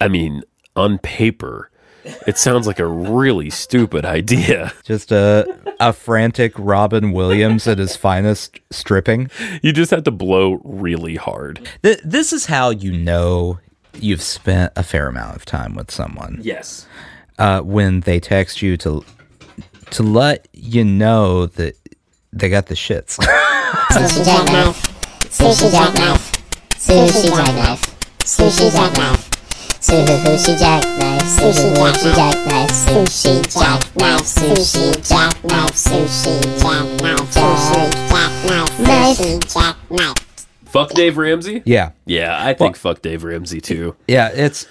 I mean, on paper, it sounds like a really stupid idea. Just a a frantic Robin Williams at his finest stripping. You just have to blow really hard. Th- this is how you know you've spent a fair amount of time with someone. Yes. Uh, when they text you to to let you know that they got the shits. Sushi jackknife. Sushi jackknife. Sushi jackknife. Sushi jackknife. Sushi jackknife. Sushi jackknife. Sushi jackknife. Sushi jackknife. Sushi jackknife. Sushi jackknife. Sushi jackknife. Fuck Dave Ramsey? yeah, Yeah, I think fuck Dave Ramsey too. yeah. It's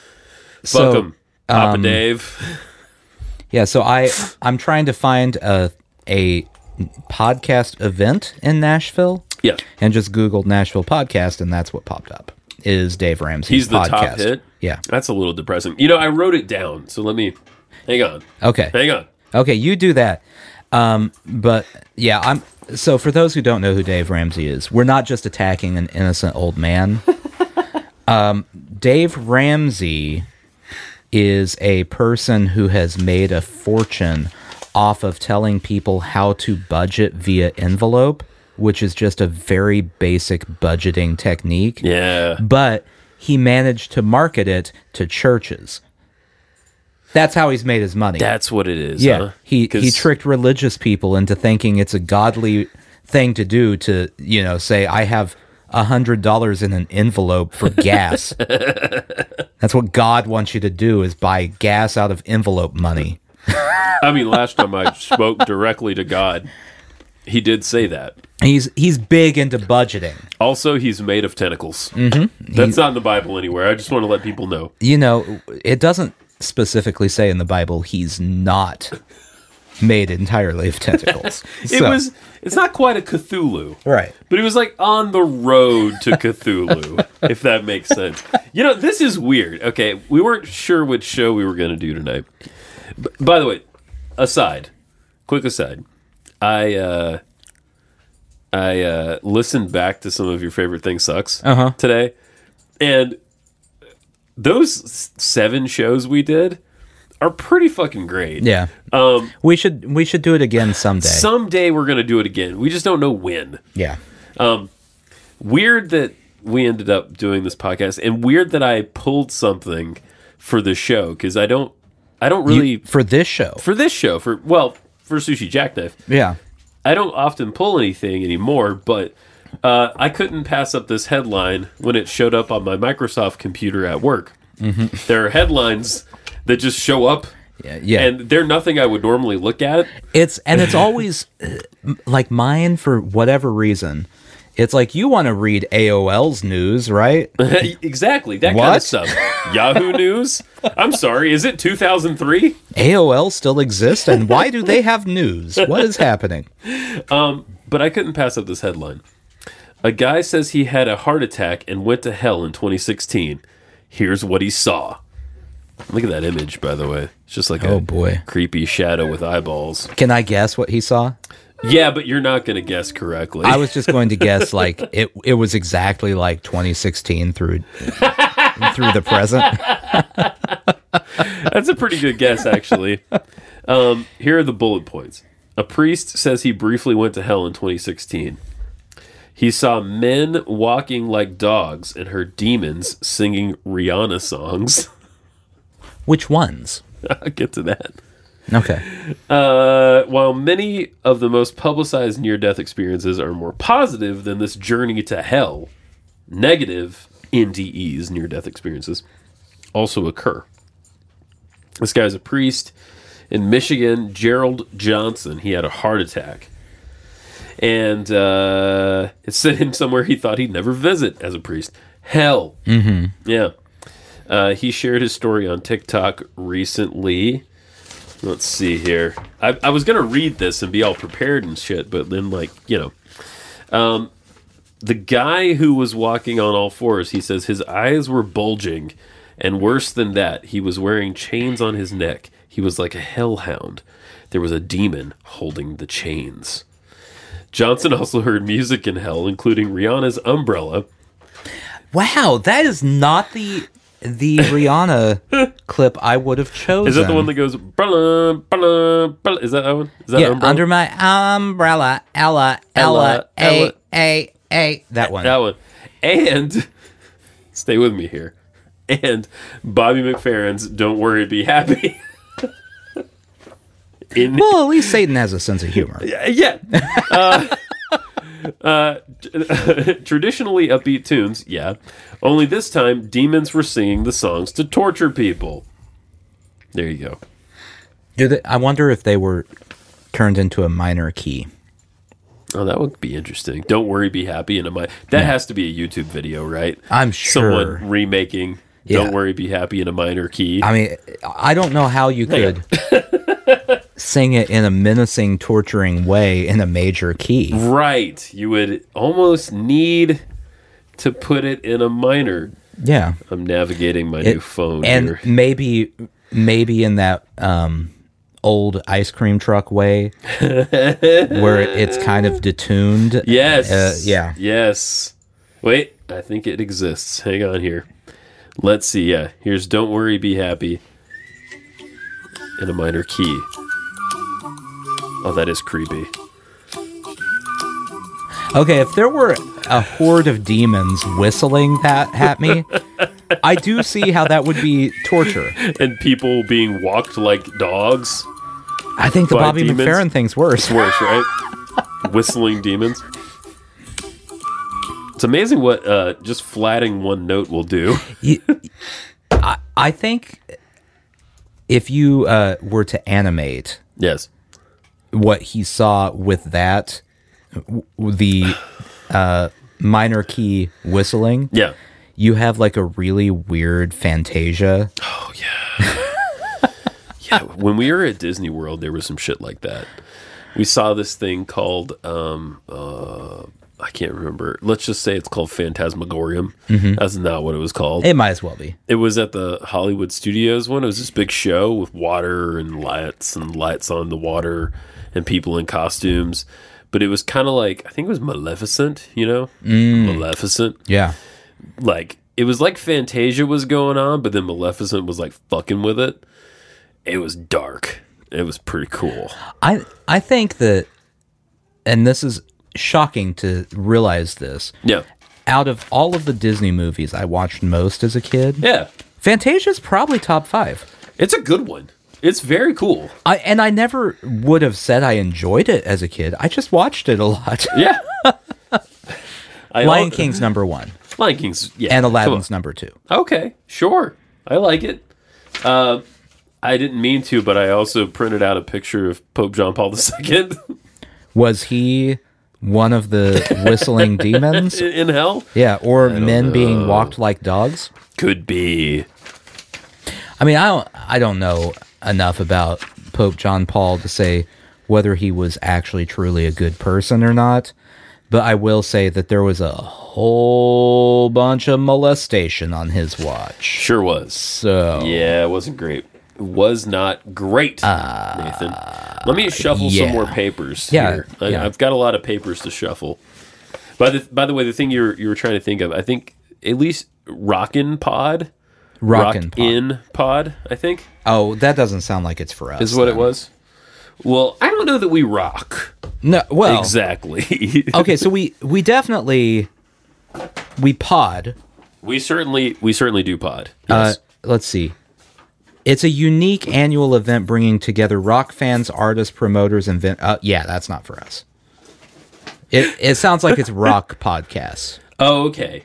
Fuck so, um, him. Papa Dave. Yeah, so I I'm trying to find a a podcast event in Nashville Yeah. and just googled Nashville podcast and that's what popped up is Dave Ramsey's He's the podcast. top hit. Yeah. That's a little depressing. You know, I wrote it down, so let me hang on. Okay. Hang on. Okay, you do that. Um, but yeah, I'm so for those who don't know who Dave Ramsey is, we're not just attacking an innocent old man. um, Dave Ramsey is a person who has made a fortune off of telling people how to budget via envelope, which is just a very basic budgeting technique Yeah. but he managed to market it to churches. That's how he's made his money. That's what it is. yeah, huh? he 'Cause- he tricked religious people into thinking it's a godly thing to do to you know say I have a hundred dollars in an envelope for gas. That's what God wants you to do is buy gas out of envelope money. I mean, last time I spoke directly to God, he did say that. He's he's big into budgeting. Also, he's made of tentacles. Mm-hmm. That's not in the Bible anywhere. I just want to let people know. you know, it doesn't specifically say in the Bible he's not made entirely of tentacles. It was. It's not quite a Cthulhu, right. but it was like on the road to Cthulhu, if that makes sense. You know, this is weird. Okay, we weren't sure which show we were going to do tonight. B- by the way, aside, quick aside, I uh, I uh, listened back to some of your favorite thing sucks Uh-huh. today, and those s- seven shows we did are pretty fucking great. Yeah. Um, We should we should do it again someday. someday we're gonna do it again. We just don't know when. yeah. weird that we ended up doing this podcast and weird that I pulled something for the show because I don't I don't really You- for this show. for this show for well for sushi jackknife Yeah. I don't often pull anything anymore but uh, I couldn't pass up this headline when it showed up on my Microsoft computer at work Mm-hmm. there are headlines that just show up Yeah. yeah. and they're nothing I would normally look at it's and it's always uh, m- like mine for whatever reason. It's like you want to read AOL's news, right? exactly that kind What? of stuff Yahoo News I'm sorry is it 2003 AOL still exists and why do they have news? What is happening? But I couldn't pass up this headline. A guy says he had a heart attack and went to hell in 2016. Here's what he saw. Look at that image, by the way. It's just like Oh a boy. creepy shadow with eyeballs. Can I guess what he saw? Yeah, but you're not going to guess correctly. I was just going to guess like it it was exactly like 2016 through through the present. That's a pretty good guess, actually. Um, here are the bullet points. A priest says he briefly went to hell in 2016. He saw men walking like dogs and heard demons singing Rihanna songs. Which ones? I'll get to that. Okay. Uh, while many of the most publicized near death experiences are more positive than this journey to hell, negative NDEs, near death experiences, also occur. This guy's a priest in Michigan, Gerald Johnson. He had a heart attack. And uh, it sent him somewhere he thought he'd never visit as a priest hell. Mm-hmm. Yeah. Uh, he shared his story on TikTok recently. Let's see here. I, I was gonna read this and be all prepared and shit, but then like you know, um, the guy who was walking on all fours, he says his eyes were bulging, and worse than that, he was wearing chains on his neck. He was like a hellhound. There was a demon holding the chains. Johnson also heard music in hell, including Rihanna's Umbrella. Wow, that is not the the Rihanna clip I would have chosen. Is that the one that goes? "Brala, brala, brala"? Is that that one? Is that Yeah, Umbrella? under my umbrella, Ella, Ella, Ella, Ella. A, A, A. That one. that one? And stay with me here. And Bobby McFerrin's "Don't Worry, Be Happy." In Well, at least Satan has a sense of humor. yeah. Uh, uh, traditionally upbeat tunes, yeah. Only this time, demons were singing the songs to torture people. There you go. Do they, I wonder if they were turned into a minor key. Oh, that would be interesting. Don't worry, be happy. And am I? That has to be a YouTube video, right? I'm sure. Someone remaking Yeah. "Don't Worry, Be Happy" in a minor key. I mean, I don't know how you could sing it in a menacing, torturing way in a major key. right. You would almost need to put it in a minor. Yeah. I'm navigating my new phone and here. maybe maybe in that um old ice cream truck way where it, it's kind of detuned Yes. Uh, yeah. Yes. Wait, I think it exists. Hang on here. Let's see. Yeah, here's "Don't Worry, Be Happy" in a minor key. Oh, that is creepy. okay if there were a horde of demons whistling that at me i do see how that would be torture and people being walked like dogs. i think the By bobby demons? mcferrin thing's worse Worse, right? Whistling demons. It's amazing what uh, just flatting one note will do. You- I, I think if you uh, were to animate Yes. what he saw with that w- the uh, minor key whistling Yeah. you have like a really weird fantasia Yeah. When we were at Disney World, there was some shit like that. We saw this thing called, um, uh, I can't remember. Let's just say it's called Phantasmagorium. That's not what it was called. it might as well be It was at the Hollywood Studios one. It was this big show with water and lights and lights on the water and people in costumes. But it was kind of like I think it was Maleficent, you know, Mm. Maleficent. yeah Like it was like Fantasia was going on, but then Maleficent was like fucking with it. It was dark. It was pretty cool. i i think that and this is shocking to realize this Yeah, out of all of the disney movies i watched most as a kid yeah. fantasia's probably top 5 It's a good one. It's very cool. I, and I never would have said I enjoyed it as a kid. I just watched it a lot. Yeah. I Lion al- King's number one, Lion King's. Yeah. and come on. Aladdin's number two. Okay, sure. I like it. Uh, I didn't mean to, but I also printed out a picture of Pope John Paul II Was he one of the whistling demons? in, in hell. Yeah, or men being walked like dogs? Could be. I mean, I don't, I don't know enough about Pope John Paul to say whether he was actually truly a good person or not. But I will say that there was a whole bunch of molestation on his watch. Sure was. So Yeah, it wasn't great. Was not great, Nathan. Let me shuffle Uh, yeah. some more papers. Yeah, here. I, yeah. I've got a lot of papers to shuffle. By the by the way, the thing you were, you were trying to think of, I think at least Rockin' Pod, Rockin' Pop. Rockin' Pod, I think. Oh, that doesn't sound like it's for us. is what it was. Well, I don't know that we rock No, well, exactly. okay, so we we definitely we pod. we certainly we certainly do pod. Uh, Yes. let's see. It's a unique annual event bringing together rock fans, artists, promoters, and vin- uh, yeah, that's not for us. It it sounds like it's rock podcasts. oh, okay.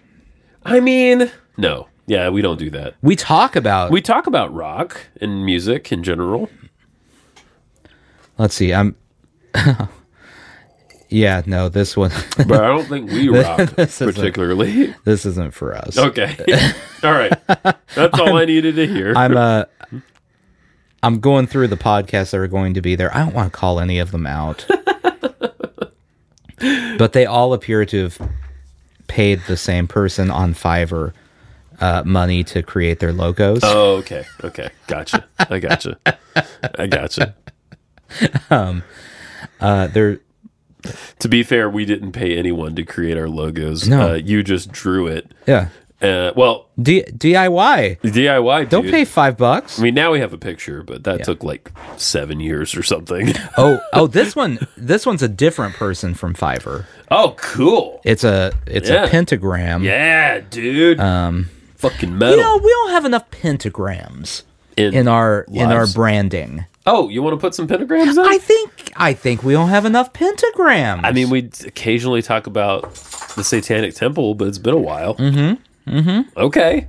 I mean, no. Yeah, we don't do that. We talk about. We talk about rock and music in general. let's see. I'm. yeah, no, this one, But I don't think we rock This isn't- particularly. this isn't for us. Okay. all right. That's all I needed to hear. I'm uh I'm going through the podcasts that are going to be there. I don't want to call any of them out. but they all appear to have paid the same person on Fiverr uh, money to create their logos. oh, okay. Okay. Gotcha. I gotcha. I gotcha. Uh, they're To be fair, we didn't pay anyone to create our logos. No. Uh, you just drew it yeah. Uh, well, D- DIY. DIY. Don't dude. pay five bucks. I mean, now we have a picture, but that took like seven years or something. oh, oh, this one, this one's a different person from Fiverr. oh, cool. It's a, it's Yeah. a pentagram. Yeah, dude. Um, fucking metal. You know, we don't have enough pentagrams in, in our in our Lives. branding. oh, you want to put some pentagrams in? I think I think we don't have enough pentagrams. I mean, we occasionally talk about the Satanic Temple, but it's been a while. Mm-hmm. Mm-hmm. Okay.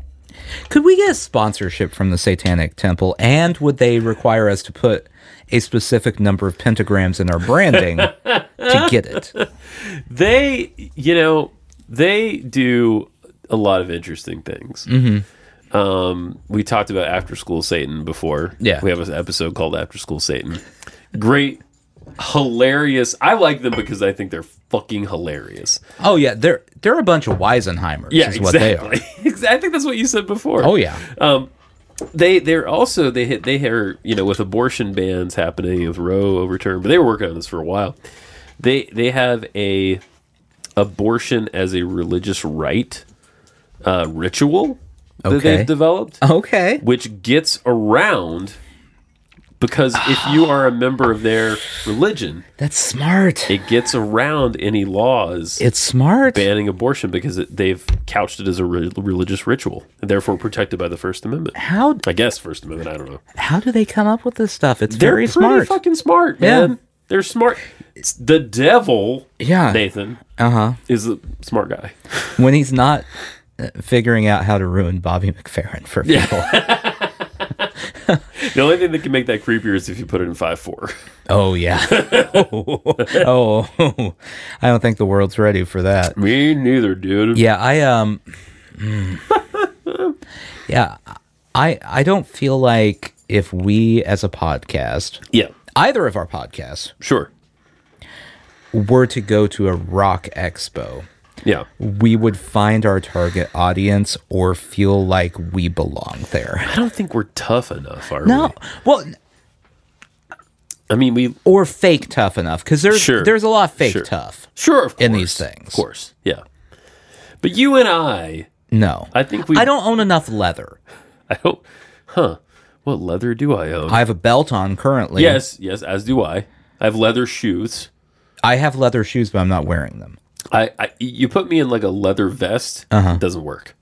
could we get sponsorship from the Satanic Temple, and would they require us to put a specific number of pentagrams in our branding to get it? They, you know, they do a lot of interesting things. Mm-hmm. Um, we talked about After School Satan before. Yeah. We have an episode called After School Satan. Great, hilarious. I like them because I think they're fucking hilarious. Oh yeah, they're they're a bunch of Weisenheimers. Yeah, is what exactly. Uh, they are. Exa- I think that's what you said before. Oh yeah, they they're also they hit they are you know with abortion bans happening with Roe overturned, but they were working on this for a while. They they have a abortion as a religious right uh, ritual that Okay. Uh-huh. they've developed, okay. which gets around because if you are a member of their religion, That's smart. it gets around any laws It's smart. banning abortion because it, they've couched it as a re- religious ritual and therefore protected by the First Amendment. How I guess First Amendment. I don't know. how do they come up with this stuff? It's They're very pretty smart. fucking smart, Yeah. man. They're smart. It's the devil, Yeah. Nathan, uh huh. is a smart guy. When he's not uh, figuring out how to ruin Bobby McFerrin for people. The only thing that can make that creepier is if you put it in five four. Oh yeah. oh, oh. I don't think the world's ready for that. Me neither, dude. Yeah, I um mm. Yeah, I I don't feel like if we as a podcast, Yeah, either of our podcasts, sure. were to go to a rock expo, Yeah, we would find our target audience or feel like we belong there. I don't think we're tough enough, are No. Well, we? I mean, we or fake tough enough cuz there's Sure. there's a lot of fake Sure. tough. sure of course, In these things. of course, yeah. But you and I, No. I think we. I don't own enough leather. I don't. Huh? What leather do I own? I have a belt on currently. yes, yes. As do I. I have leather shoes. I have leather shoes, but I'm not wearing them. I, I you put me in like a leather vest. Uh-huh. It doesn't work.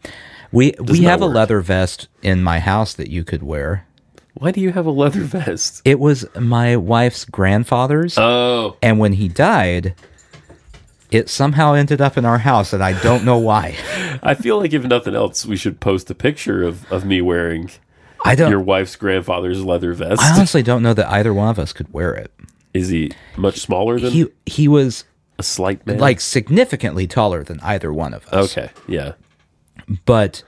We we not have a work. leather vest in my house that you could wear. Why do you have a leather vest? It was my wife's grandfather's, Oh, and when he died, it somehow ended up in our house, and I don't know why. I feel like if nothing else, we should post a picture of, of me wearing I don't. your wife's grandfather's leather vest. I honestly don't know that either one of us could wear it. Is he much smaller than He he was a slight man? like significantly taller than either one of us, okay, yeah, but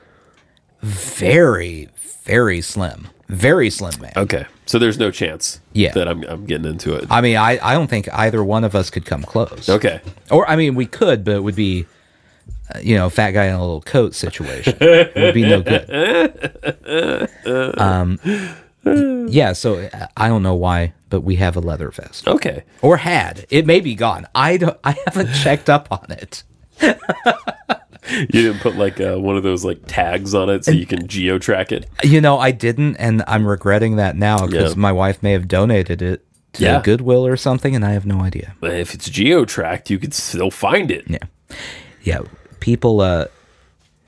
very very slim, very slim man. okay. So there's no chance. Yeah. that I'm I'm getting into it. I mean, I, I don't think either one of us could come close. okay, Or I mean, we could, but it would be, uh, you know, fat guy in a little coat situation. it would be no good. Um, y- yeah. So uh, I don't know why, but we have a leather vest, okay. or had it may be gone. I don't. I haven't checked up on it. You didn't put like uh, one of those like tags on it so you can geo track it. You know, I didn't, and I'm regretting that now because Yeah. my wife may have donated it to Yeah. Goodwill or something, and I have no idea. But if it's geo tracked, you could still find it. Yeah, people. uh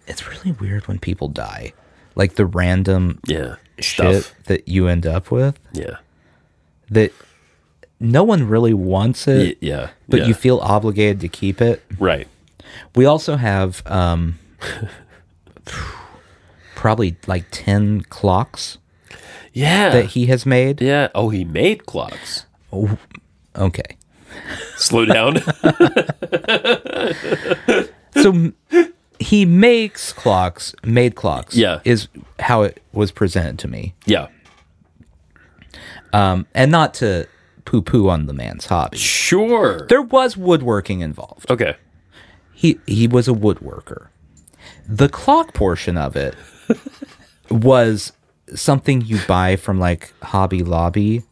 It's really weird when people die, like the random Yeah, stuff. shit that you end up with Yeah, that no one really wants it, Y- yeah, Uh, but yeah. you feel obligated to keep it. right. We also have um, probably like 10 clocks Yeah, that he has made. Yeah. Oh, he made clocks. Okay. Slow down. So m- he makes clocks, made clocks. Yeah. Is how it was presented to me. yeah. Um, and not to poo poo on the man's hobby. Sure. There was woodworking involved. Okay. he he was a woodworker. The clock portion of it was something you buy from like Hobby Lobby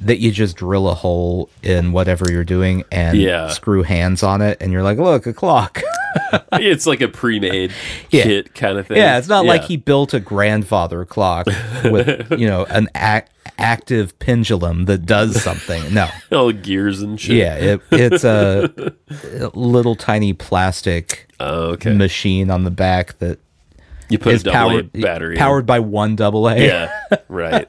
that you just drill a hole in whatever you're doing and Yeah. screw hands on it and you're like, look, a clock. it's like a pre-made Yeah. kit kind of thing. Yeah, it's not like Yeah. he built a grandfather clock with you know an ac- active pendulum that does something. No, all gears and shit. yeah, it, it's a little tiny plastic Oh, okay. machine on the back that you put a is double powered A battery. in. powered by one double A. Yeah. Right.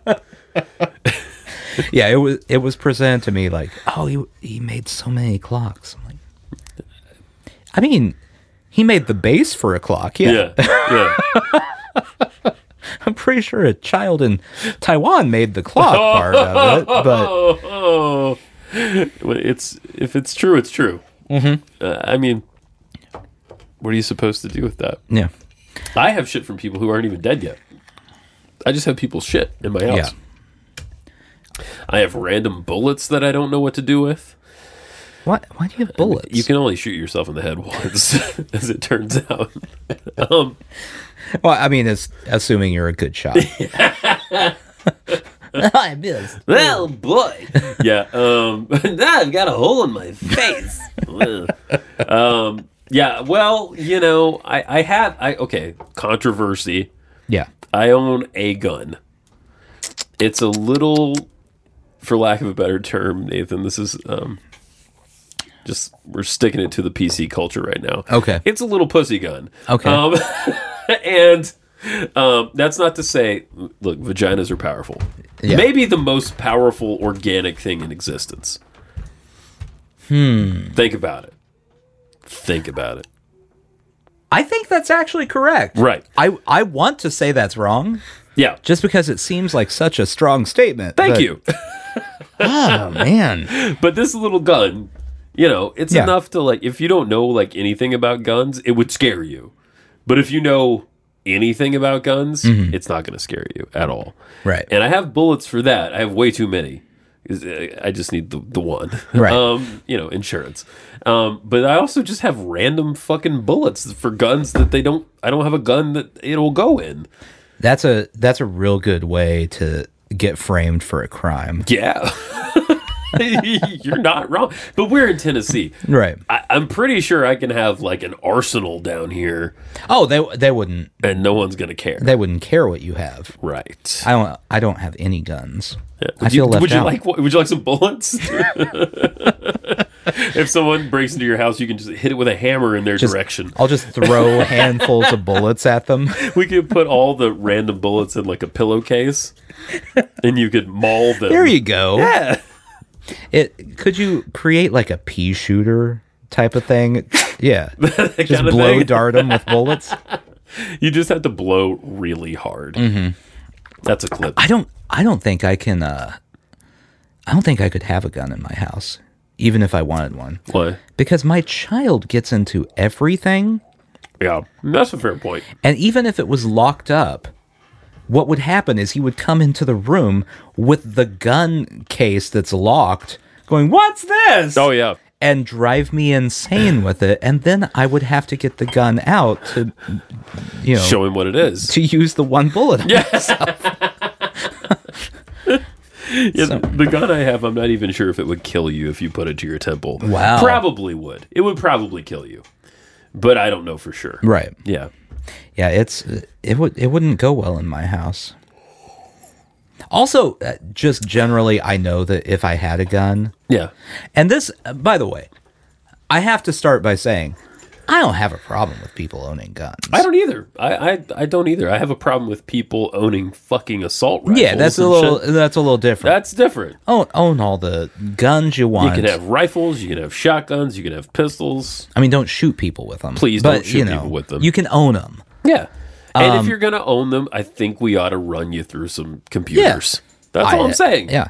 yeah. It was it was presented to me like, oh, he he made so many clocks. I'm like, I mean, he made the base for a clock. Yeah, Yeah. Yeah. I'm pretty sure a child in Taiwan made the clock part of it, but. Oh, oh. Well, It's if it's true, it's true. Mm-hmm. Uh, I mean, what are you supposed to do with that? Yeah. I have shit from people who aren't even dead yet. I just have people's shit in my house. I have random bullets that I don't know what to do with. Why, why do you have bullets? You can only shoot yourself in the head once, as it turns out. um, well, I mean, it's assuming you're a good shot. I missed. Well, boy, yeah. Um, now I've got a hole in my face. um, yeah. Well, you know, I, I have. I okay. Controversy. Yeah. I own a gun. It's a little, for lack of a better term, Nathan. This is um, just we're sticking it to the PC culture right now. Okay. it's a little pussy gun. Okay. um, and um, that's not to say, look, vaginas are powerful. Yeah. Maybe the most powerful organic thing in existence. Hmm. Think about it. Think about it. I think that's actually correct. Right. I, I want to say that's wrong Yeah. just because it seems like such a strong statement. Thank but- you. Oh, man. But this little gun, you know, it's Yeah. enough to like if you don't know like anything about guns, it would scare you. But if you know anything about guns, Mm-hmm. it's not going to scare you at all. Right. And I have bullets for that. I have way too many. 'Cause, uh, I just need the, the one. Right. Um, you know, insurance. Um, but I also just have random fucking bullets for guns that they don't I don't have a gun that it'll go in. That's a that's a real good way to get framed for a crime. Yeah. You're not wrong. But we're in Tennessee. Right. I, I'm pretty sure I can have like an arsenal down here, Oh, they they wouldn't and no one's gonna care. they wouldn't care what you have. right? I don't I don't have any guns. I would you, feel left would you out. like what- would you like some bullets? if someone breaks into your house, you can just hit it with a hammer in their Just- direction. I'll just throw handfuls of bullets at them. We could put all the random bullets in like a pillowcase, and you could maul them. There you go. Yeah. It could you create like a pea shooter type of thing? Yeah, just kind of blow thing. dart them with bullets. You just have to blow really hard. Mm-hmm. That's a clip. I don't. I don't think I can. Uh, I don't think I could have a gun in my house, even if I wanted one, Why? because my child gets into everything, Yeah, that's a fair point. and even if it was locked up. What would happen is he would come into the room with the gun case that's locked, going, What's this? Oh yeah. and drive me insane with it and then i would have to get the gun out to you know Show him what it is. to use the one bullet Yes. Yeah, the gun I have, I'm not even sure if it would kill you if you put it to your temple. Wow. Probably would. It would probably kill you. But I don't know for sure. right Yeah. yeah it's it would it wouldn't go well in my house also uh, just generally i know that if i had a gun Yeah. and this uh, by the way i have to start by saying i don't have a problem with people owning guns I don't either. I, I I don't either. I have a problem with people owning fucking assault rifles. yeah that's a and little uh, shit. that's a little different That's different. own, own all the guns you You want can have rifles. You can have shotguns. You can have pistols. I mean, don't shoot people with them. Please but, don't shoot you know, people with them. You can own them. Yeah. And Um, if you're gonna own them, I think we ought to run you through some computers. That's all I'm saying. Yeah.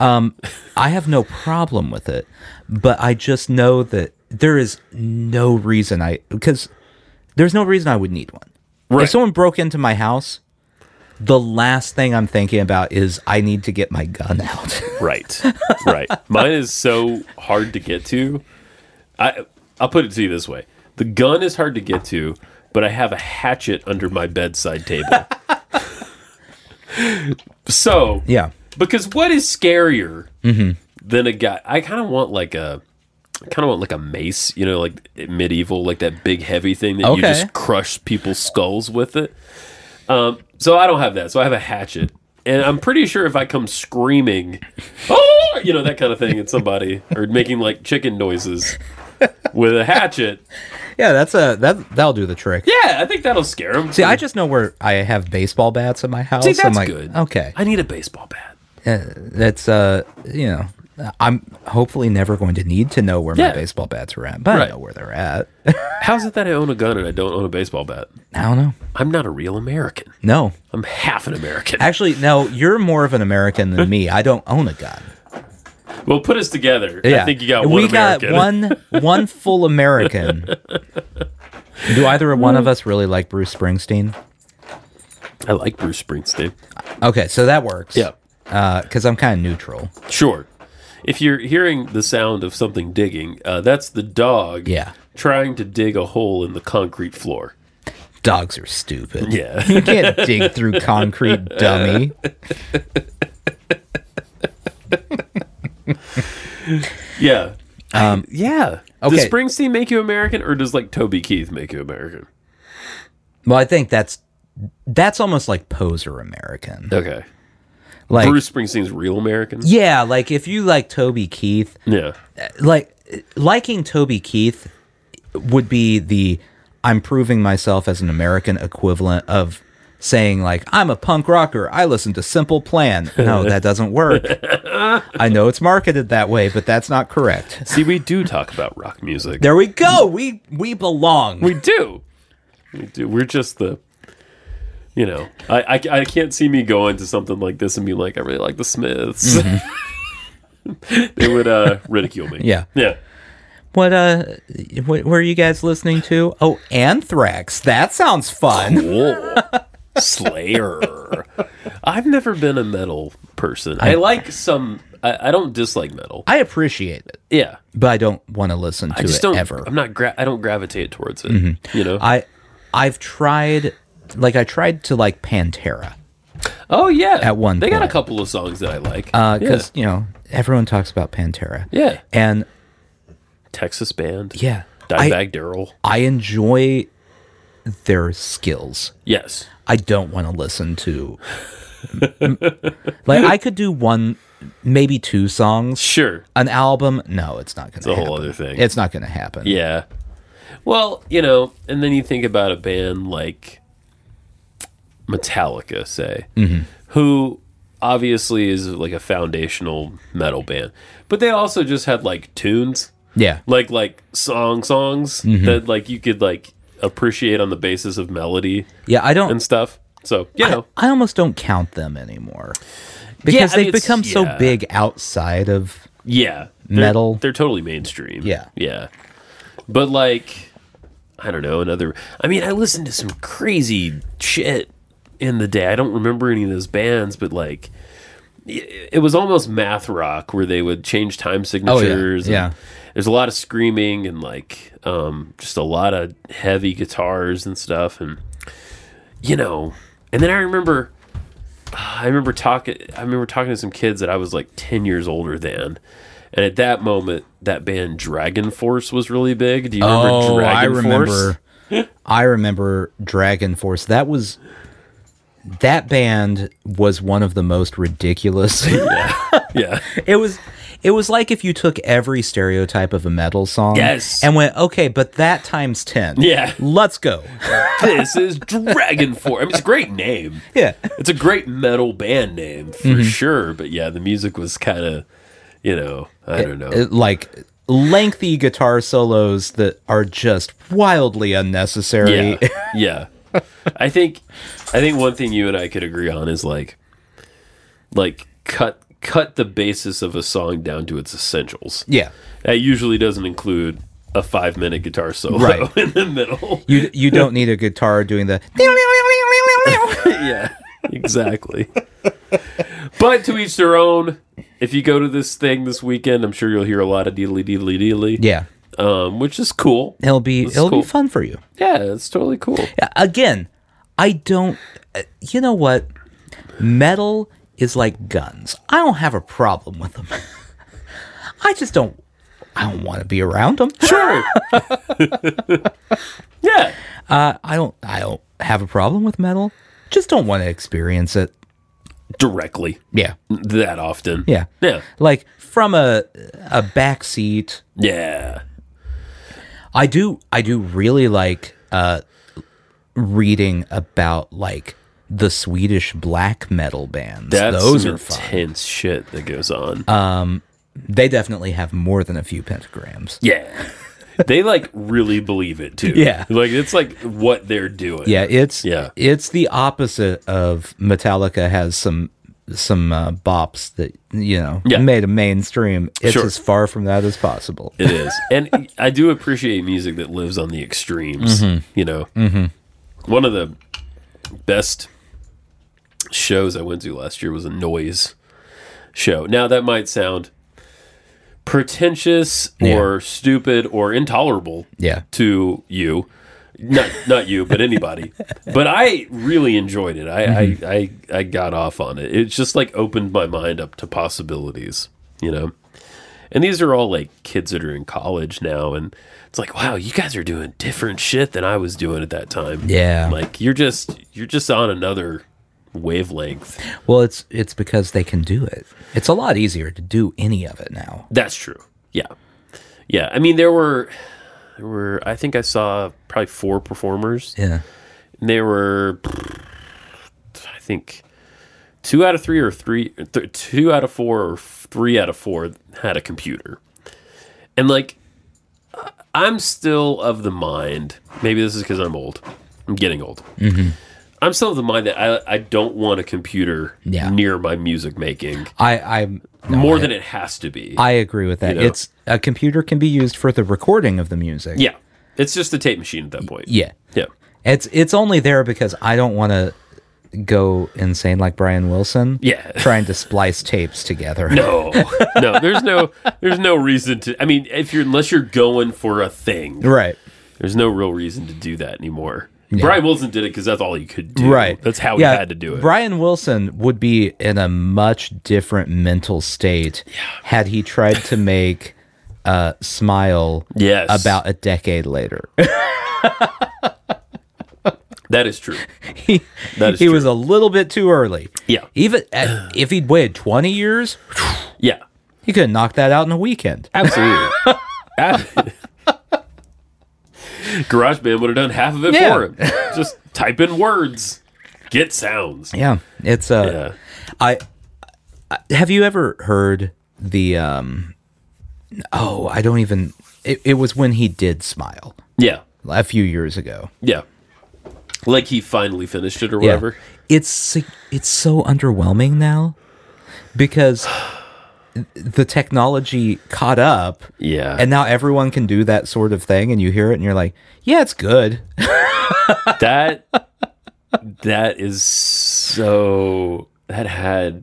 Um, I have no problem with it, but I just know that there is no reason I because there's no reason I would need one. Right. If someone broke into my house, the last thing I'm thinking about is I need to get my gun out. Right. Right. Mine is so hard to get to. I I'll put it to you this way. The gun is hard to get to, but I have a hatchet under my bedside table. so yeah. Mm-hmm. because what is scarier than a guy I kinda want like a I kind of want like a mace, you know, like medieval, like that big heavy thing that Okay. you just crush people's skulls with it. Um, so I don't have that. So I have a hatchet, and I'm pretty sure if I come screaming, oh, you know, that kind of thing at somebody or making like chicken noises with a hatchet, Yeah, that's a that that'll do the trick. yeah, I think that'll scare them. See, I just know where I have baseball bats at my house. See, that's I'm like, good. Okay, I need a baseball bat. Uh, that's uh, you know, I'm hopefully never going to need to know where my Yeah. baseball bats are at, but I Right. know where they're at. How's it that I own a gun and I don't own a baseball bat? I don't know. I'm not a real American. No, I'm half an American. actually, no. You're more of an American than me. I don't own a gun. Well, put us together. Yeah, I think you got one we American. got one one full American. Do either one of us really like Bruce Springsteen? I like Bruce Springsteen. Okay, so that works. Yeah. because I'm kind of neutral. Sure. If you're hearing the sound of something digging, uh, that's the dog Yeah. trying to dig a hole in the concrete floor. Dogs are stupid. Yeah. You can't dig through concrete, dummy. yeah. yeah. Does Um, okay. Springsteen make you American or does like Toby Keith make you American? Well, I think that's that's almost like poser American. Okay. Like Bruce Springsteen's real American? yeah, like if you like Toby Keith, Yeah. like liking Toby Keith would be the I'm proving myself as an American equivalent of saying like I'm a punk rocker. I listen to Simple Plan. No, that doesn't work. I know it's marketed that way, but that's not correct. See, we do talk about rock music. There we go. We we belong. we do. We do. We're just the. You know, I, I, I can't see me going to something like this and be like, I really like the Smiths. they would uh, ridicule me. Mm-hmm. Yeah. Yeah. What uh, what were you guys listening to? Oh, Anthrax. That sounds fun. Whoa. Slayer. I've never been a metal person. I like some. I, I don't dislike metal. I appreciate it, yeah, but I don't want to listen to I just it don't. ever. Mm-hmm. I'm not. Gra- I don't gravitate towards it. You know. I I've tried like I tried to like Pantera oh yeah. at one they got a point. couple of songs that I like. because uh, you know everyone talks about Pantera. yeah. yeah. and Texas band. yeah, I Dimebag Daryl. I enjoy their skills. Yes. I don't want to listen to. like I could do one, maybe two songs. Sure. an album no it's not gonna it's a happen. whole other thing. it's not gonna happen Yeah. Well, you know, and then you think about a band like Metallica, say, Mm-hmm. who obviously is like a foundational metal band, but they also just had like tunes, yeah like like song songs Mm-hmm. that like you could like appreciate on the basis of melody yeah i don't and stuff. So you know, i almost don't count them anymore because I they've mean, it's- become so yeah. big outside of yeah, They're- Metal. They're totally mainstream. Yeah. yeah, but like. I don't know, another I mean, I listened to some crazy shit in the day. I don't remember any of those bands, but like it it was almost math rock where they would change time signatures. and Oh, yeah. There's a lot of screaming and like um, just a lot of heavy guitars and stuff and you know. And then I remember I remember talking I remember talking to some kids that I was like 10 years older than. And at that moment, that band Dragon Force was really big. Do you remember Dragon Oh, i Force? remember i remember dragon force that was that band was one of the most ridiculous Yeah. it was it was like if you took every stereotype of a metal song Yes. and went okay but that times 10 Yeah. let's go this is Dragon Force. I mean, it's a great name. yeah Mm-hmm. It's a great metal band name for sure. But yeah, the music was kind of, you know, I don't know. uh, like lengthy guitar solos that are just wildly unnecessary. yeah. yeah. I think, I think one thing you and I could agree on is like, like cut cut the basis of a song down to its essentials. Yeah. That usually doesn't include a five minute guitar solo Right. in the middle. You you don't need a guitar doing the yeah, exactly. but to each their own. If you go to this thing this weekend, I'm sure you'll hear a lot of deedly deedly deedly. Yeah. Um, which is cool. It'll be it'll cool. be fun for you. Yeah, it's totally cool. Yeah, Again, I don't uh, you know what? Metal is like guns. I don't have a problem with them. I just don't I don't want to be around them. Sure. yeah. I- I don't I don't have a problem with metal. Just don't want to experience it. Directly. Yeah. That often. Yeah. Yeah. Like from a a back seat. Yeah. I do I do really like uh reading about like the Swedish black metal bands. That's Those some are fun. Uh, intense shit that goes on. They definitely have more than a few pentagrams. yeah. They like really believe it too. Yeah. Like it's like what they're doing. Yeah, it's Yeah. it's the opposite of Metallica has some some uh, bops that you know Yeah. made a mainstream. It's Sure. as far from that as possible. It is. And I do appreciate music that lives on the extremes, you know. Mm-hmm. One of the best shows I went to last year was a noise show. Now that might sound pretentious or stupid or intolerable Yeah. to you. Not not you, but anybody. but I really enjoyed it. I, I, I I got off on it. It just like opened my mind up to possibilities, you know. And these are all like kids that are in college now and it's like, wow, you guys are doing different shit than I was doing at that time. Yeah. Like you're just you're just on another wavelength. Well, it's it's because they can do it. It's a lot easier to do any of it now. That's true. Yeah. Yeah. I mean there were there were I think I saw probably four performers Yeah. And they were i think two out of three or three th- two out of four or f- three out of four had a computer and like I- i'm still of the mind maybe this is because i'm old i'm getting old Mm-hmm. i'm still of the mind that i, I don't want a computer Yeah. near my music making I I'm no, more I, than it has to be I agree with that. know? It's a computer can be used for the recording of the music. yeah it's just a tape machine at that point Yeah. yeah It's it's only there because I don't want to go insane like Brian Wilson. Yeah. Trying to splice tapes together. No, no. There's no. There's no reason to. I mean, if you're unless you're going for a thing, Right. there's no real reason to do that anymore. Brian Wilson did it because that's all he could do. Right. That's how Yeah, he had to do it. Brian Wilson would be in a much different mental state had he tried to make uh, Smile Yes. about a decade later. that is true. he That is he true. was a little bit too early. Yeah. Even at, if he'd waited 20 years, Yeah. he could have knocked that out in a weekend. Absolutely. GarageBand would have done half of it Yeah. for him. Just type in words, get sounds. Yeah. It's uh Yeah. I I have you ever heard the um oh, I don't even it, it was when he did smile Yeah. a few years ago. Yeah. Like he finally finished it or Yeah. whatever. It's si- it's so underwhelming now because the technology caught up Yeah. and now everyone can do that sort of thing and you hear it and you're like, "Yeah, it's good." that that is so that had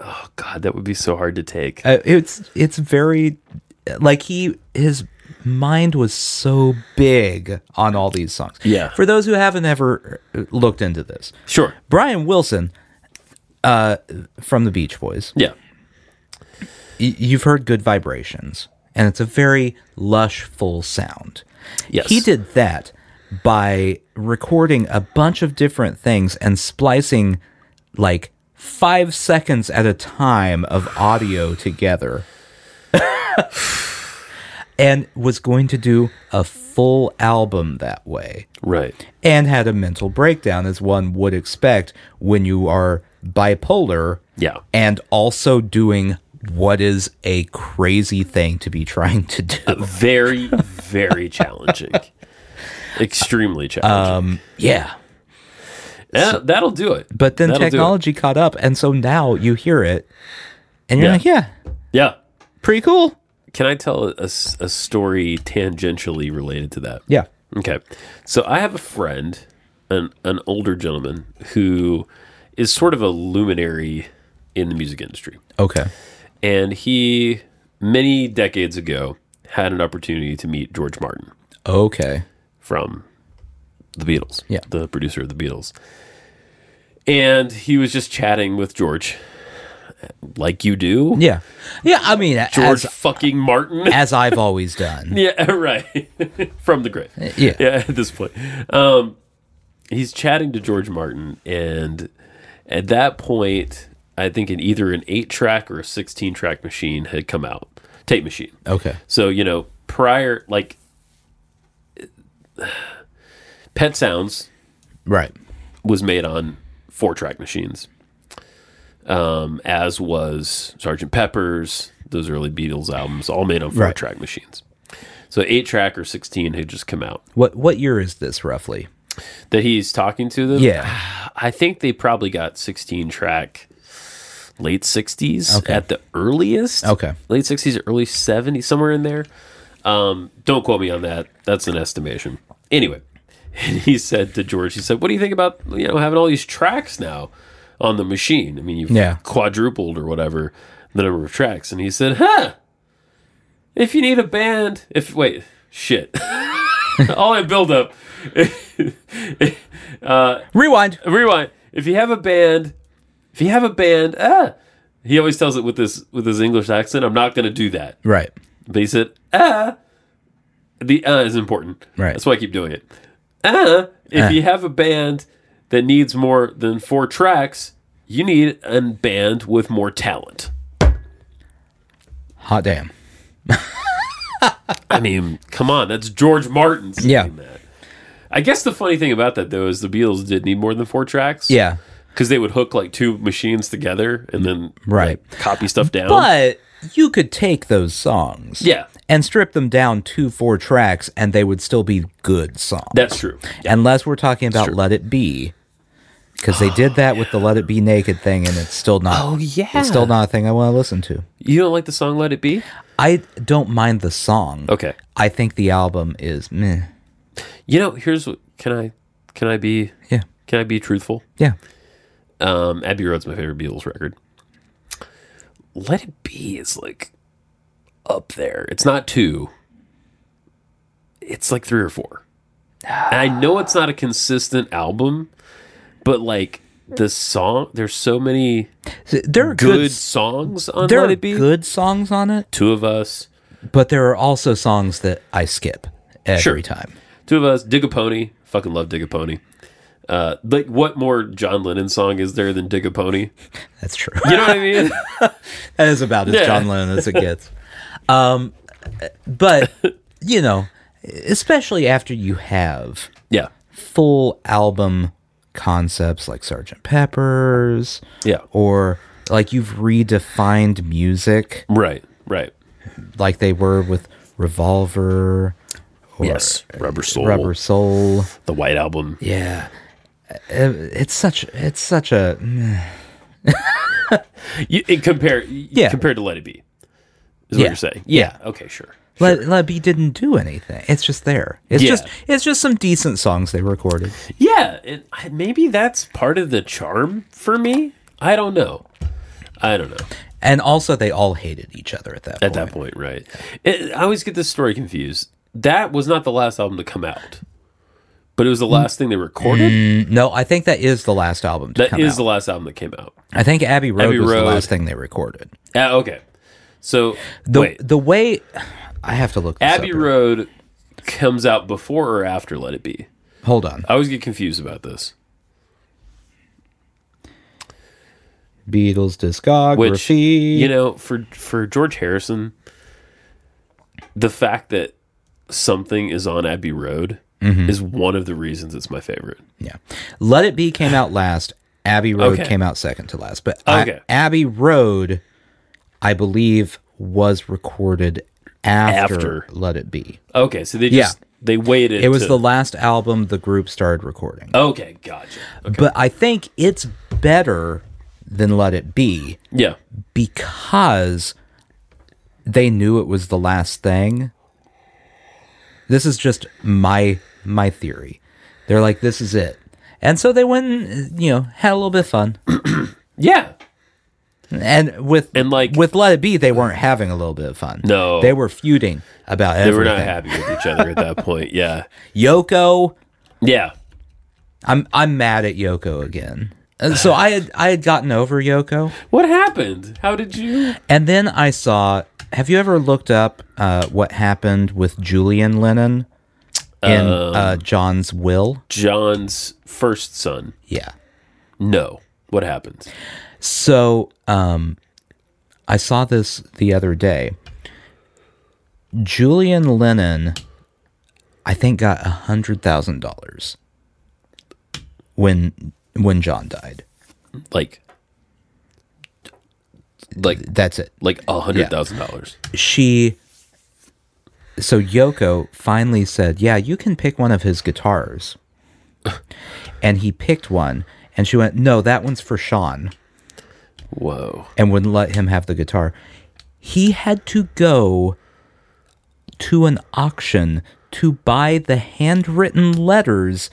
oh god that would be so hard to take Uh, it's it's very like he his mind was so big on all these songs. Yeah. For those who haven't ever looked into this, sure Brian Wilson uh from the Beach Boys. yeah y- you've heard Good Vibrations and it's a very lush full sound. yes He did that by recording a bunch of different things and splicing like 5 seconds at a time of audio together. and was going to do a full album that way right and had a mental breakdown as one would expect when you are bipolar yeah and also doing what is a crazy thing to be trying to do. very very challenging extremely Um, challenging yeah. Yeah, that'll do it But then That'll do it. technology caught up. And so now you hear it and you're Yeah. like, yeah, yeah pretty cool. can i tell a, s- a story tangentially related to that Yeah. Okay. So I have a friend, an an older gentleman who is sort of a luminary in the music industry. Okay. And he many decades ago had an opportunity to meet George Martin Okay. from the Beatles, Yeah. the producer of the Beatles. And he was just chatting with George like you do, Yeah. Yeah, I mean, George as, fucking Martin. as I've always done. yeah, right. From the grave. Uh, Yeah. yeah, at this point. Um, he's chatting to George Martin, and at that point, I think in either an eight track or a 16 track machine had come out, tape machine. Okay. So, you know, prior, like, Pet Sounds Right. was made on four track machines, um, as was Sergeant Pepper's, those early Beatles albums, all made on four Right. track machines. So, eight track or 16 had just come out. What what year is this roughly? that he's talking to them. Yeah. I think they probably got 16 track late 60s Okay. at the earliest. Okay. Late 60s, early 70s, somewhere in there. Um, don't quote me on that. That's an estimation. Anyway, and he said to George, he said, "What do you think about, you know, having all these tracks now on the machine? I mean, you've Yeah. quadrupled or whatever the number of tracks." And he said, "Huh. If you need a band, if wait, shit. all that build up Rewind. rewind. If you have a band, if you have a band, ah, he always tells it with this with his English accent. I'm not going to do that. Right. But he said, ah, the uh is important. Right. That's why I keep doing it. Ah, if Ah. you have a band that needs more than four tracks, you need a band with more talent. Hot damn. I mean, come on, that's George Martin saying Yeah. that. I guess the funny thing about that though is the Beatles did need more than four tracks. Yeah. because they would hook like two machines together and then Right. like, copy stuff down. But you could take those songs. yeah, And strip them down to four tracks and they would still be good songs. that's true. Unless we're talking about true. Oh, Let It Be. Because they did that with the Let It Be Naked thing and it's still not yeah, it's still not a thing I want to listen to. you don't like the song "Let It Be"? I don't mind the song. Okay, I think the album is meh. you know here's what can I can I be Yeah. can I be truthful? Yeah. Um, Abbey Road's my favorite Beatles record. Let It Be is like up there. It's not two. It's like three or four. And I know it's not a consistent album, but like the song, there's so many There are good, good songs on there Let are It Be. good songs on it, Two of Us, but there are also songs that I skip every Sure. time. Two of Us, Dig a Pony. Fucking love Dig a Pony. Uh, like, what more John Lennon song is there than Dig a Pony? That's true. You know what I mean? that is about as Yeah. John Lennon as it gets. um, but you know, especially after you have yeah. full album concepts like Sgt. Pepper's, Yeah. or like you've redefined music Right. Right. like they were with Revolver. Or Yes. Rubber Soul. Rubber Soul. The White Album. Yeah. It's such it's such a mm, You, it compare, yeah. Compared to Let It Be, is what Yeah. you're saying. Yeah. Okay, sure. Let, Let Be didn't do anything. It's just there. It's Yeah. just it's just some decent songs they recorded. Yeah. And I- maybe that's part of the charm for me. I don't know. I don't know. And also they all hated each other at that At point. that point, right. It, I always get this story confused. That was not the last album to come out, but it Mm. was the last thing they recorded. No, I think that is the last album to That is Mm, come out. the last album that came out. I think Abbey Road Abbey was the Road. last thing they recorded. Ah, okay. So The wait, the way I have to look this Abbey up. Road comes out before or after Let It Be. Hold on. I always get confused about this. Beatles discography. Which you know, for for George Harrison, the fact that something is on Abbey Road Mm-hmm. is one of the reasons it's my favorite. Yeah. Let It Be came out last. Abbey Road Okay. came out second to last. But Okay. I, Abbey Road, I believe, was recorded after, After. Let It Be. Okay, so they Yeah. just they waited. It was to- the last album the group started recording. okay. Gotcha. But I think it's better than Let It Be Yeah. because they knew it was the last thing. This is just my my theory. They're like, this is it. And so they went and, you know, had a little bit of fun. Yeah. And with And, like- with Let It Be, they weren't having a little bit of fun. No. they were feuding about They everything. were not happy with each other at that point. Yeah. Yoko, Yeah. I'm I'm mad at Yoko again. And so I had I had gotten over Yoko, What happened? How did you? and then I saw. Have you ever looked up uh, what happened with Julian Lennon in uh, John's will? John's first son. Yeah. No. What happened? So um, I saw this the other day. Julian Lennon, I think, got a hundred thousand dollars when when John died. Like, like, That's it. like a hundred thousand dollars. she so Yoko finally said, "Yeah, you can pick one of his guitars." and he picked one, and she went, "No, that one's for Sean." Whoa. And wouldn't let him have the guitar. He had to go to an auction to buy the handwritten letters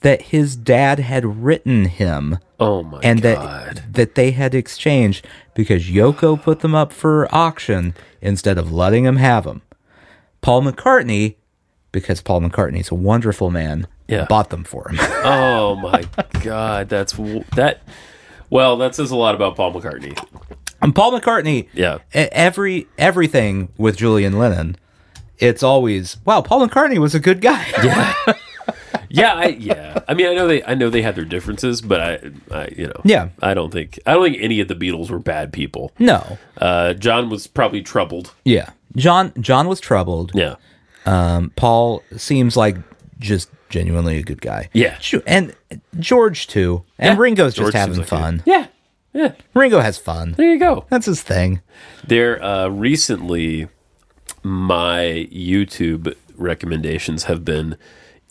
that his dad had written him Oh my and god. that that they had exchanged because Yoko put them up for auction instead of letting him have them. Paul McCartney, because Paul McCartney's a wonderful man, Yeah. bought them for him. oh my god. That's w- that. Well, that says a lot about Paul McCartney. and Paul McCartney, Yeah. e- every everything with Julian Lennon, it's always wow. Paul McCartney was a good guy. Yeah, Yeah. I, yeah. I mean, I know they. I know they had their differences, but I. I. You know. Yeah. I don't think. I don't think any of the Beatles were bad people. no, Uh, John was probably troubled. yeah. John John was troubled. Yeah. Paul seems like just genuinely a good guy. Yeah. Ju- and George too, and Yeah. Ringo's just George having seems like fun. Yeah. Yeah. Ringo has fun. There you go. That's his thing. There uh, recently, my YouTube recommendations have been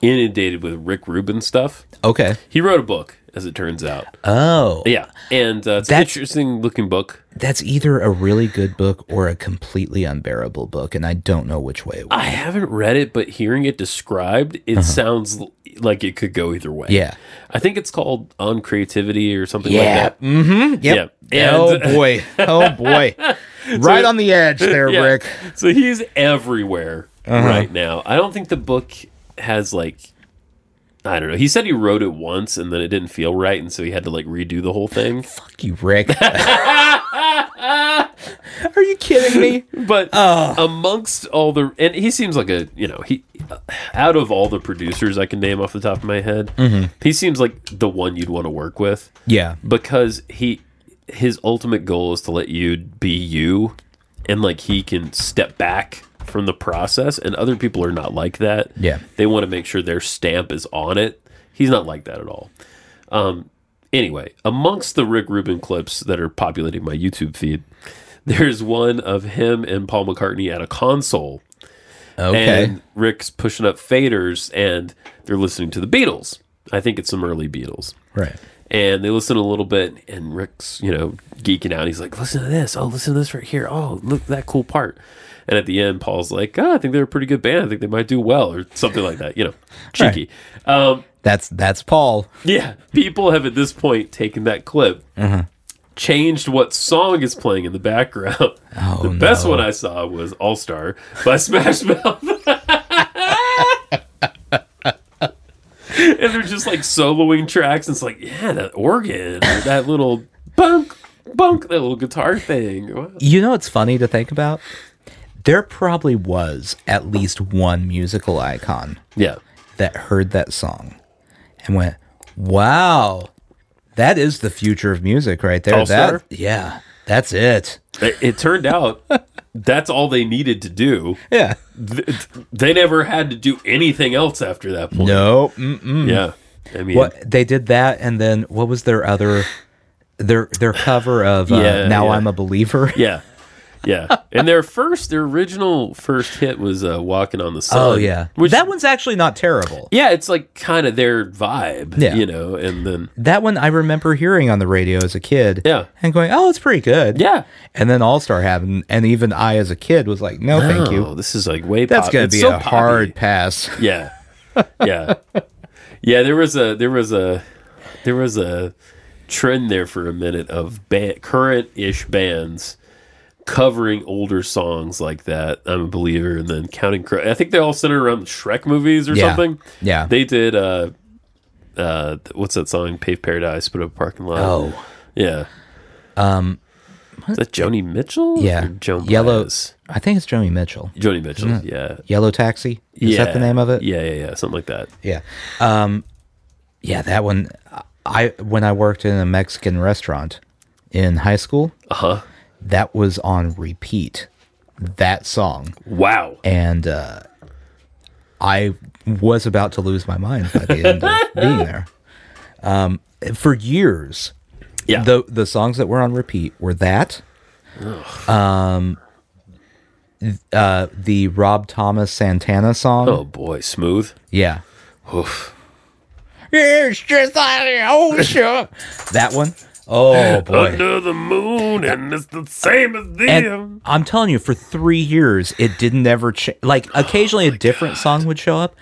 inundated with Rick Rubin stuff. Okay. He wrote a book, as it turns out. Oh, yeah, and uh, it's an That's- interesting looking book. that's either a really good book or a completely unbearable book, and I don't know which way. It was. I haven't read it, but hearing it described, it sounds l- like it could go either way. Yeah. I think it's called On Creativity or something Yeah. like that. Yep. yeah, Oh and- boy. Oh boy. right on the edge there, Yeah. Rick. So he's everywhere right now. I don't think the book has like I don't know. He said he wrote it once and then it didn't feel right and so he had to like redo the whole thing. Fuck you, Rick. Are you kidding me? But amongst all the and he seems like a, you know, he uh, out of all the producers I can name off the top of my head, he seems like the one you'd want to work with Yeah. because he his ultimate goal is to let you be you and like he can step back from the process and other people are not like that Yeah. they want to make sure their stamp is on it he's not like that at all um anyway amongst the rick rubin clips that are populating my youtube feed there's one of him and paul mccartney at a console Okay. and rick's pushing up faders and they're listening to the beatles i think it's some early beatles right. and they listen a little bit and rick's you know geeking out he's like listen to this oh listen to this right here oh look that cool part and at the end paul's like oh, i think they're a pretty good band i think they might do well or something like that you know cheeky um, That's that's Paul. yeah people have at this point taken that clip Mm-hmm. changed what song is playing in the background Oh, the best one i saw was all star by smash mouth and they're just like soloing tracks. And it's like, yeah, that organ, or that little bunk, bunk, that little guitar thing. Wow. You know what's funny to think about? There probably was at least one musical icon Yeah, that heard that song and went, "Wow, that is the future of music right there." All that Star? yeah, that's it. it, it turned out that's all they needed to do. Yeah. Th- They never had to do anything else after that point. No. Mm-mm. Yeah, I mean, What they did that, and then what was their other their their cover of uh, Yeah, "Now yeah. I'm a Believer"? yeah. Yeah, and their first, their original first hit was uh, "Walking on the Sun." Oh yeah, which that one's actually not terrible. yeah, it's like kind of their vibe, Yeah. you know. And then That one I remember hearing on the radio as a kid. Yeah. and going, "Oh, it's pretty good." yeah, and then All Star happened, and even I, as a kid, was like, "No, thank Oh, you." this is like way. That's pop- gonna Uh, it's be so a hard poppy. pass. Yeah. Yeah. yeah, there was a there was a there was a trend there for a minute of band, current-ish bands covering older songs like that. I'm a believer and then Counting Crows. I think they all centered around the Shrek movies or Yeah. something. Yeah. They did uh uh, what's that song? Pave Paradise, put up a parking lot. Oh. yeah. Um, is that Joni Mitchell? Yeah. or Joan Yellow. Baez? I think it's Joni Mitchell. Joni Mitchell. Yeah. Yellow Taxi. Yeah. Is that the name of it? Yeah, yeah, yeah, something like that. Yeah. Um, yeah, that one. I when I worked in a Mexican restaurant in high school, Uh huh. that was on repeat. That song, Wow. and uh, I was about to lose my mind by the end of being there. Um, for years, Yeah. the the songs that were on repeat were that. Um, th- uh, the Rob Thomas Santana song. oh boy, smooth. Yeah. Oof. It's just like the ocean. that one. Oh boy. Under the moon, and it's the same as And them. I'm telling you, for three years, it didn't ever change. Like Oh occasionally, a different song would show up,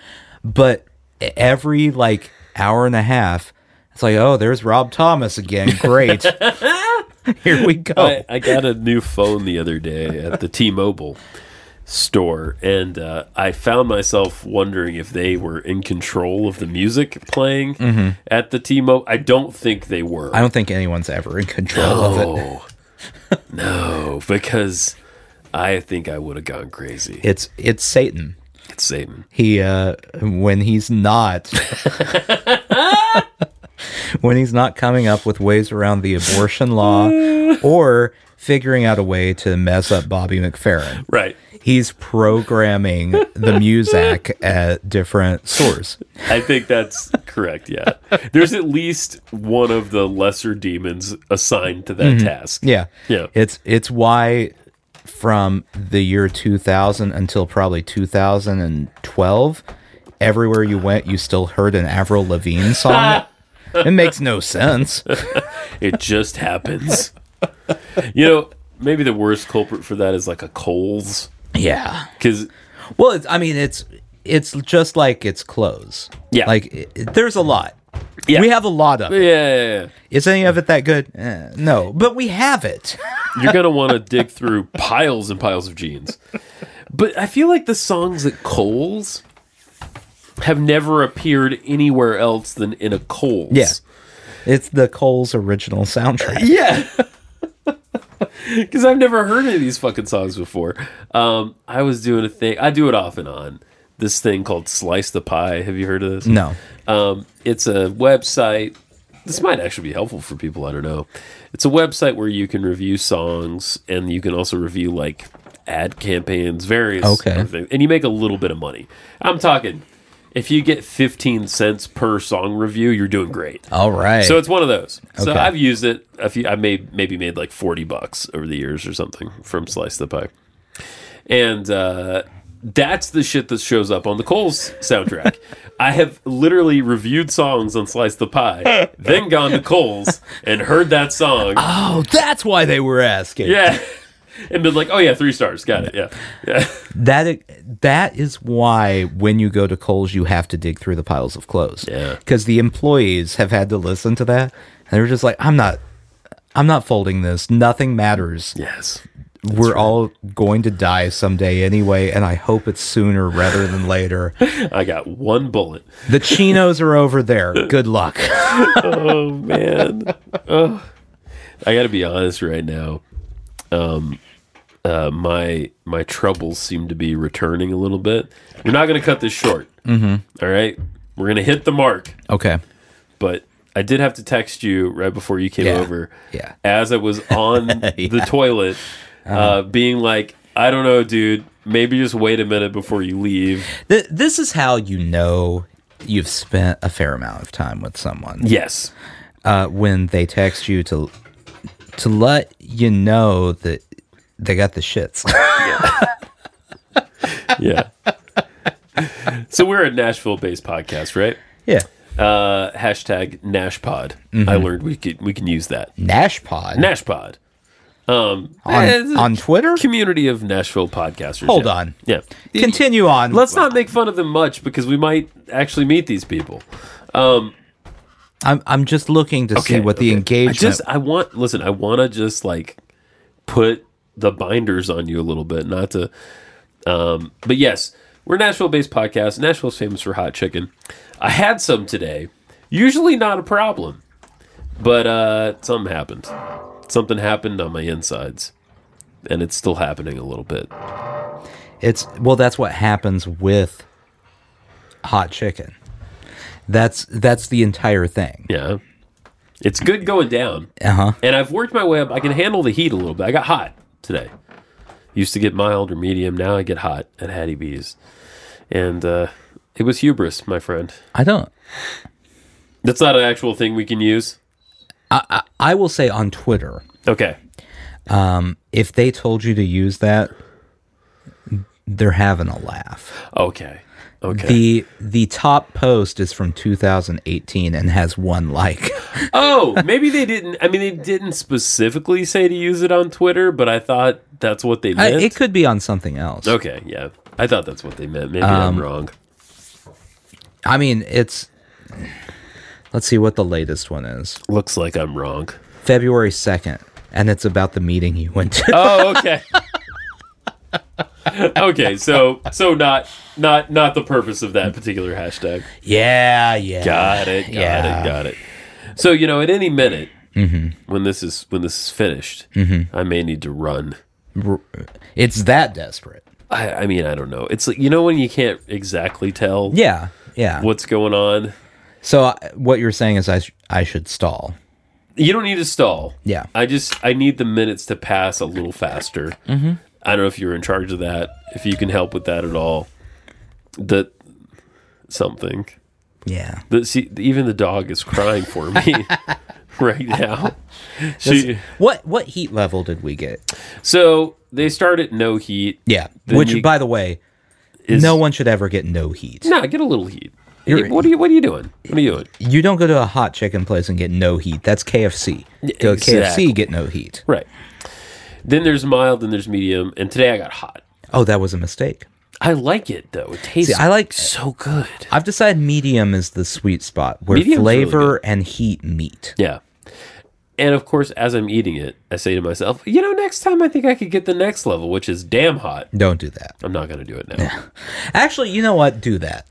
but e-, every like hour and a half, it's like, oh, there's Rob Thomas again. Great. Here we go. I, I got a new phone the other day at the T-Mobile store, and uh, I found myself wondering if they were in control of the music playing at the T-Mobile. I don't think they were. I don't think anyone's ever in control of it. no, Oh. no, because I think I would have gone crazy. It's it's Satan. It's Satan. he uh when he's not when he's not coming up with ways around the abortion law or figuring out a way to mess up Bobby McFerrin. Right. He's programming the Muzak at different stores. I think that's correct. Yeah. There's at least one of the lesser demons assigned to that task. Mm-hmm. Yeah. Yeah. It's it's why from the year 2000 until probably 2012 everywhere you went you still heard an Avril Lavigne song. it makes no sense. It just happens. you know, maybe the worst culprit for that is like a Coles. Yeah. Because, Well, it's, I mean, it's it's just like it's clothes. Yeah. Like i there's a lot. Yeah. We have a lot of yeah, it. yeah, Is any of it that good? Eh, no, but we have it. yeah. you're going to want to dig through piles and piles of jeans. But I feel like the songs at Coles have never appeared anywhere else than in a Coles. Yeah. It's the Cole's original soundtrack. Yeah. Because I've never heard any of these fucking songs before. Um, I was doing a thing. I do it off and on. This thing called Slice the Pie. Have you heard of this? No. Um, it's a website. This might actually be helpful for people. I don't know. It's a website where you can review songs and you can also review like ad campaigns, various Okay. other things, and you make a little bit of money. I'm talking if you get 15 cents per song review, you're doing great. All right. So it's one of those. So Okay. I've used it. A few, I made maybe made like forty bucks over the years or something from Slice the Pie, and uh, that's the shit that shows up on the Coles soundtrack. I have literally reviewed songs on Slice the Pie, then gone to Coles and heard that song. oh, that's why they were asking. Yeah, and been like, oh yeah, three stars, got it. Yeah, yeah, That i- that is why when you go to Cole's, you have to dig through the piles of clothes. Yeah. Because the employees have had to listen to that, and they're just like, "I'm not, I'm not folding this. Nothing matters. yes. We're all going to die someday anyway, and I hope it's sooner rather than later. I got one bullet. The chinos are over there. Good luck. oh man Ugh. i gotta be honest right now um uh my my troubles seem to be returning a little bit we're not gonna cut this short mm-hmm. right we're gonna hit the mark Okay. but i did have to text you right before you came Yeah. over Yeah. as i was on the Yeah. Uh-huh. toilet uh, being like i don't know dude maybe just wait a minute before you leave Th- this is how you know you've spent a fair amount of time with someone. yes uh, when they text you to to let you know that they got the shits. yeah so we're a nashville-based podcast right yeah. uh, hashtag NashPod. I Mm-hmm. learned we could we can use that Nashpod NashPod on, eh, it's a on Twitter? community of Nashville podcasters. Hold yeah. on. yeah. Continue on. Let's not make fun of them much because we might actually meet these people. I'm, I'm just looking to see Okay, what the okay. engagement. I just I want listen. I want to just like put the binders on you a little bit, not to. Um, but yes, we're a Nashville-based podcast. Nashville's famous for hot chicken. I had some today, Usually not a problem, but uh, something happened. Something happened on my insides, and it's still happening a little bit. It's well, that's what happens with hot chicken. That's that's the entire thing. Yeah. It's good going down. Uh huh. And I've worked my way up. I can handle the heat a little bit. I got hot today. Used to get mild or medium. Now I get hot at Hattie B's. And uh, it was hubris, my friend. I don't. That's not an actual thing we can use. I will say on Twitter, Okay. if they told you to use that, they're having a laugh. Okay. Okay. The the top post is from 2018 and has one like. oh, maybe they didn't. I mean, they didn't specifically say to use it on Twitter, but I thought that's what they I- meant. it could be on something else. okay. Yeah. I thought that's what they meant. Maybe Um, I'm wrong. I mean, it's Let's see what the latest one is. Looks like I'm wrong. February 2nd and it's about the meeting you went to. Oh, okay. okay, so so not not not the purpose of that particular hashtag. yeah, yeah. Got it. Got Yeah. Mm-hmm. it. Got it. So you know, at any minute when this is when this is finished, I may need to run. It's that desperate. I, I mean, I don't know. It's like you know when you can't exactly tell Yeah. Yeah. what's going on. So I, what you're saying is I sh- I should stall. You don't need to stall. Yeah. I just I need the minutes to pass a little faster. Mm-hmm. I don't know if you're in charge of that. If you can help with that at all, that something. Yeah. The, see, even the dog is crying for me right now. She, What what heat level did we get? so they start at no heat. Yeah. Then Which you- by the way, Is- no one should ever get no heat. Nah, get a little heat. You're- what are you? What are you doing? What are you doing? You don't go to a hot chicken place and get no heat. That's KFC. Go to Exactly. KFC, get no heat. Right. Then there's mild, then there's medium, and today I got hot. Oh, that was a mistake. I like it though. It tastes. I like- so good. I've decided medium is the sweet spot where Medium's really flavor and heat meet. Yeah. And of course, as I'm eating it, I say to myself, you know, next time I think I could get the next level, which is damn hot. Don't do that. I'm not gonna do it now. Actually, you know what? Do that.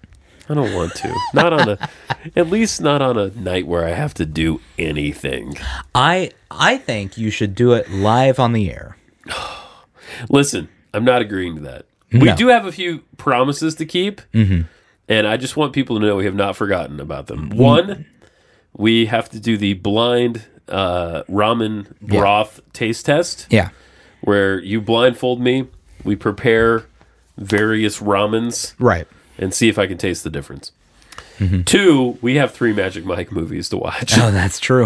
I don't want to. Not on a, at least not on a night where I have to do anything. I I think you should do it live on the air. Listen, I'm not agreeing to that. We No. Mm-hmm. do have a few promises to keep, and I just want people to know we have not forgotten about them. One, we have to do the blind uh, ramen broth taste test, Yeah. where you blindfold me. We prepare various ramens Right. and see if I can taste the difference. Two, we have three Magic Mike movies to watch. Mm-hmm. Oh, that's true.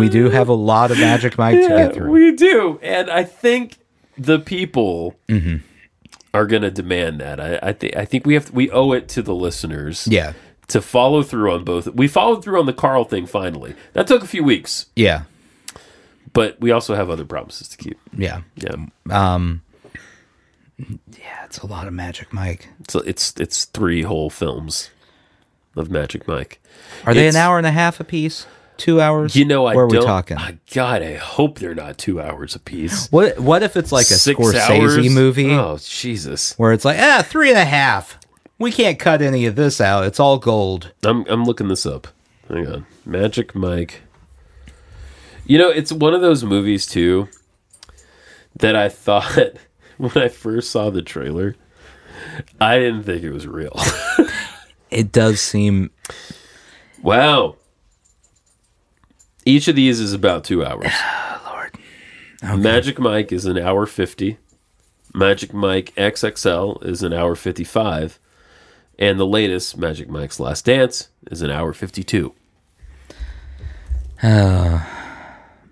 we do have a lot of Magic Mike to Yeah, get through. we do, and I think the people Mm-hmm. are going to demand that. I, I think I think we have we owe it to the listeners, yeah. to follow through on both. We followed through on the Carl thing finally. That took a few weeks, Yeah. but we also have other promises to keep. Yeah. Yeah, Yeah, it's a lot of Magic Mike. so it's it's three whole films of Magic Mike. Are they It's- an hour and a half apiece? Two hours? You know, I Where are don't, we talking? I- God, I hope they're not two hours apiece. What What if it's like a Scorsese movie Oh Jesus! where it's like ah three and a half? We can't cut any of this out. It's all gold. I'm I'm looking this up. Hang on. Magic Mike. You know, it's one of those movies too that I thought when I first saw the trailer, I didn't think it was real. It does seem wow. Each of these is about 2 hours. Lord. Magic Mike is an hour 50. Magic Mike XXL is an hour 55. And the latest Magic Mike's Last Dance is an hour 52.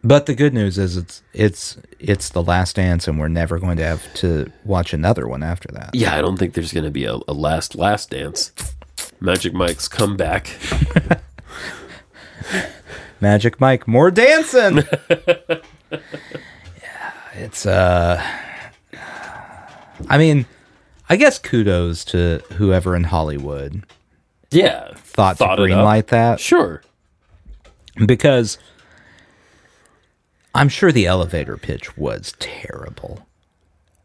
But the good news is it's it's it's the last dance, and we're never going to have to watch another one after that. Yeah, I don't think there's going to be a, a last last dance. Magic Mike's comeback. Magic Mike, more dancing. yeah, it's uh, I mean, I guess kudos to whoever in Hollywood Yeah, thought, to it up. greenlight that Sure. because I'm sure the elevator pitch was terrible.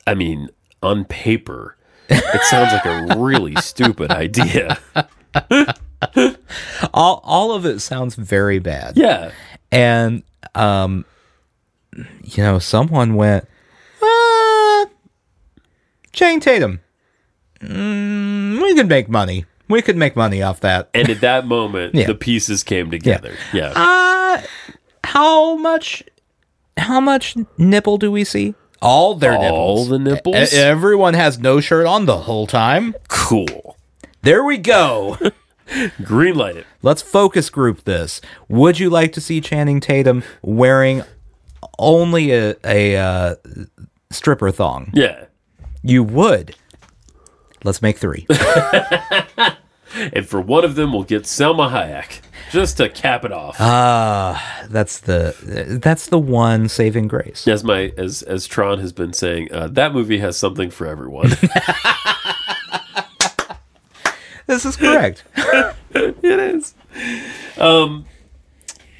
I mean, on paper, it sounds like a really stupid idea. all all of it sounds very bad. Yeah. And um you know, someone went uh, Jane Tatum. Mm, we could make money. We could make money off that. And at that moment, Yeah. the pieces came together. Yeah. Ah, Uh how much how much nipple do we see? All their All nipples. the Eh, nipples. E- everyone has no shirt on the whole time. cool. There we go. Green light it. Let's focus group this. Would you like to see Channing Tatum wearing only a, a uh, stripper thong? Yeah. You would. Let's make three. And for one of them, we'll get Selma Hayek just to cap it off. that's the that's the one saving grace. as my as as Tron has been saying, uh, that movie has something for everyone. This is correct. it is. Um,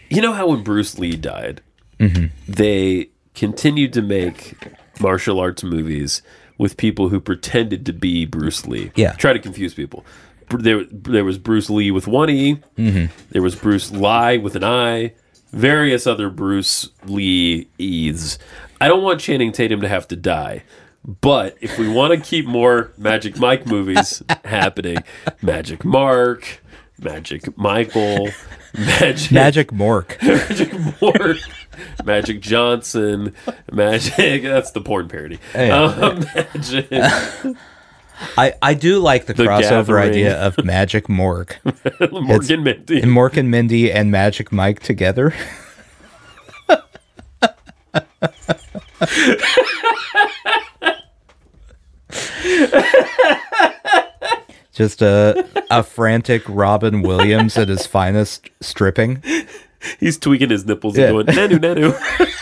you know how when Bruce Lee died, they continued to make martial arts movies with people who pretended to be Bruce Lee. Yeah. try to confuse people. Br- There, there was Bruce Lee with one E. There was Bruce Lie with an I. Various other Bruce Lee E's. I don't want Channing Tatum to have to die. But if we want to keep more Magic Mike movies happening, Magic Mark, Magic Michael, Magic Magic Mork. Magic Moore, Magic Johnson, Magic. That's the porn parody. Yeah. Um, Magic. I, I do like the, crossover Gathering. idea of Magic Mork. Morgan Mindy. And Mork and Mindy and Magic Mike together. Just a a frantic Robin Williams at his finest stripping. He's tweaking his nipples Yeah. and going nanu nanu.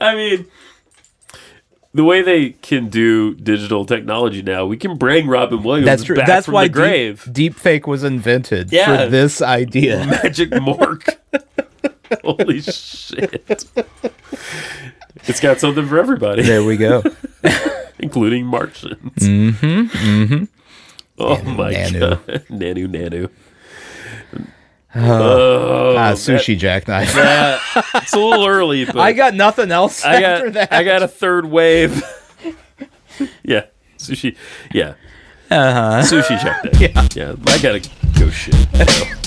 I mean, the way they can do digital technology now, we can bring Robin Williams That's true. back That's from why the grave. Deep, deep fake was invented Yeah. for this idea. Magic Mork. Holy shit. It's got something for everybody, There we go. including Martians. Mm-hmm. Mm-hmm. Oh my nanu. god. Nanu nanu. Oh, Ah, sushi jackknife. that- it's a little early, but I got nothing else I after got, that. I got a third wave. yeah. Sushi. Yeah. Uh-huh. Sushi check. Yeah. yeah. I gotta go shit.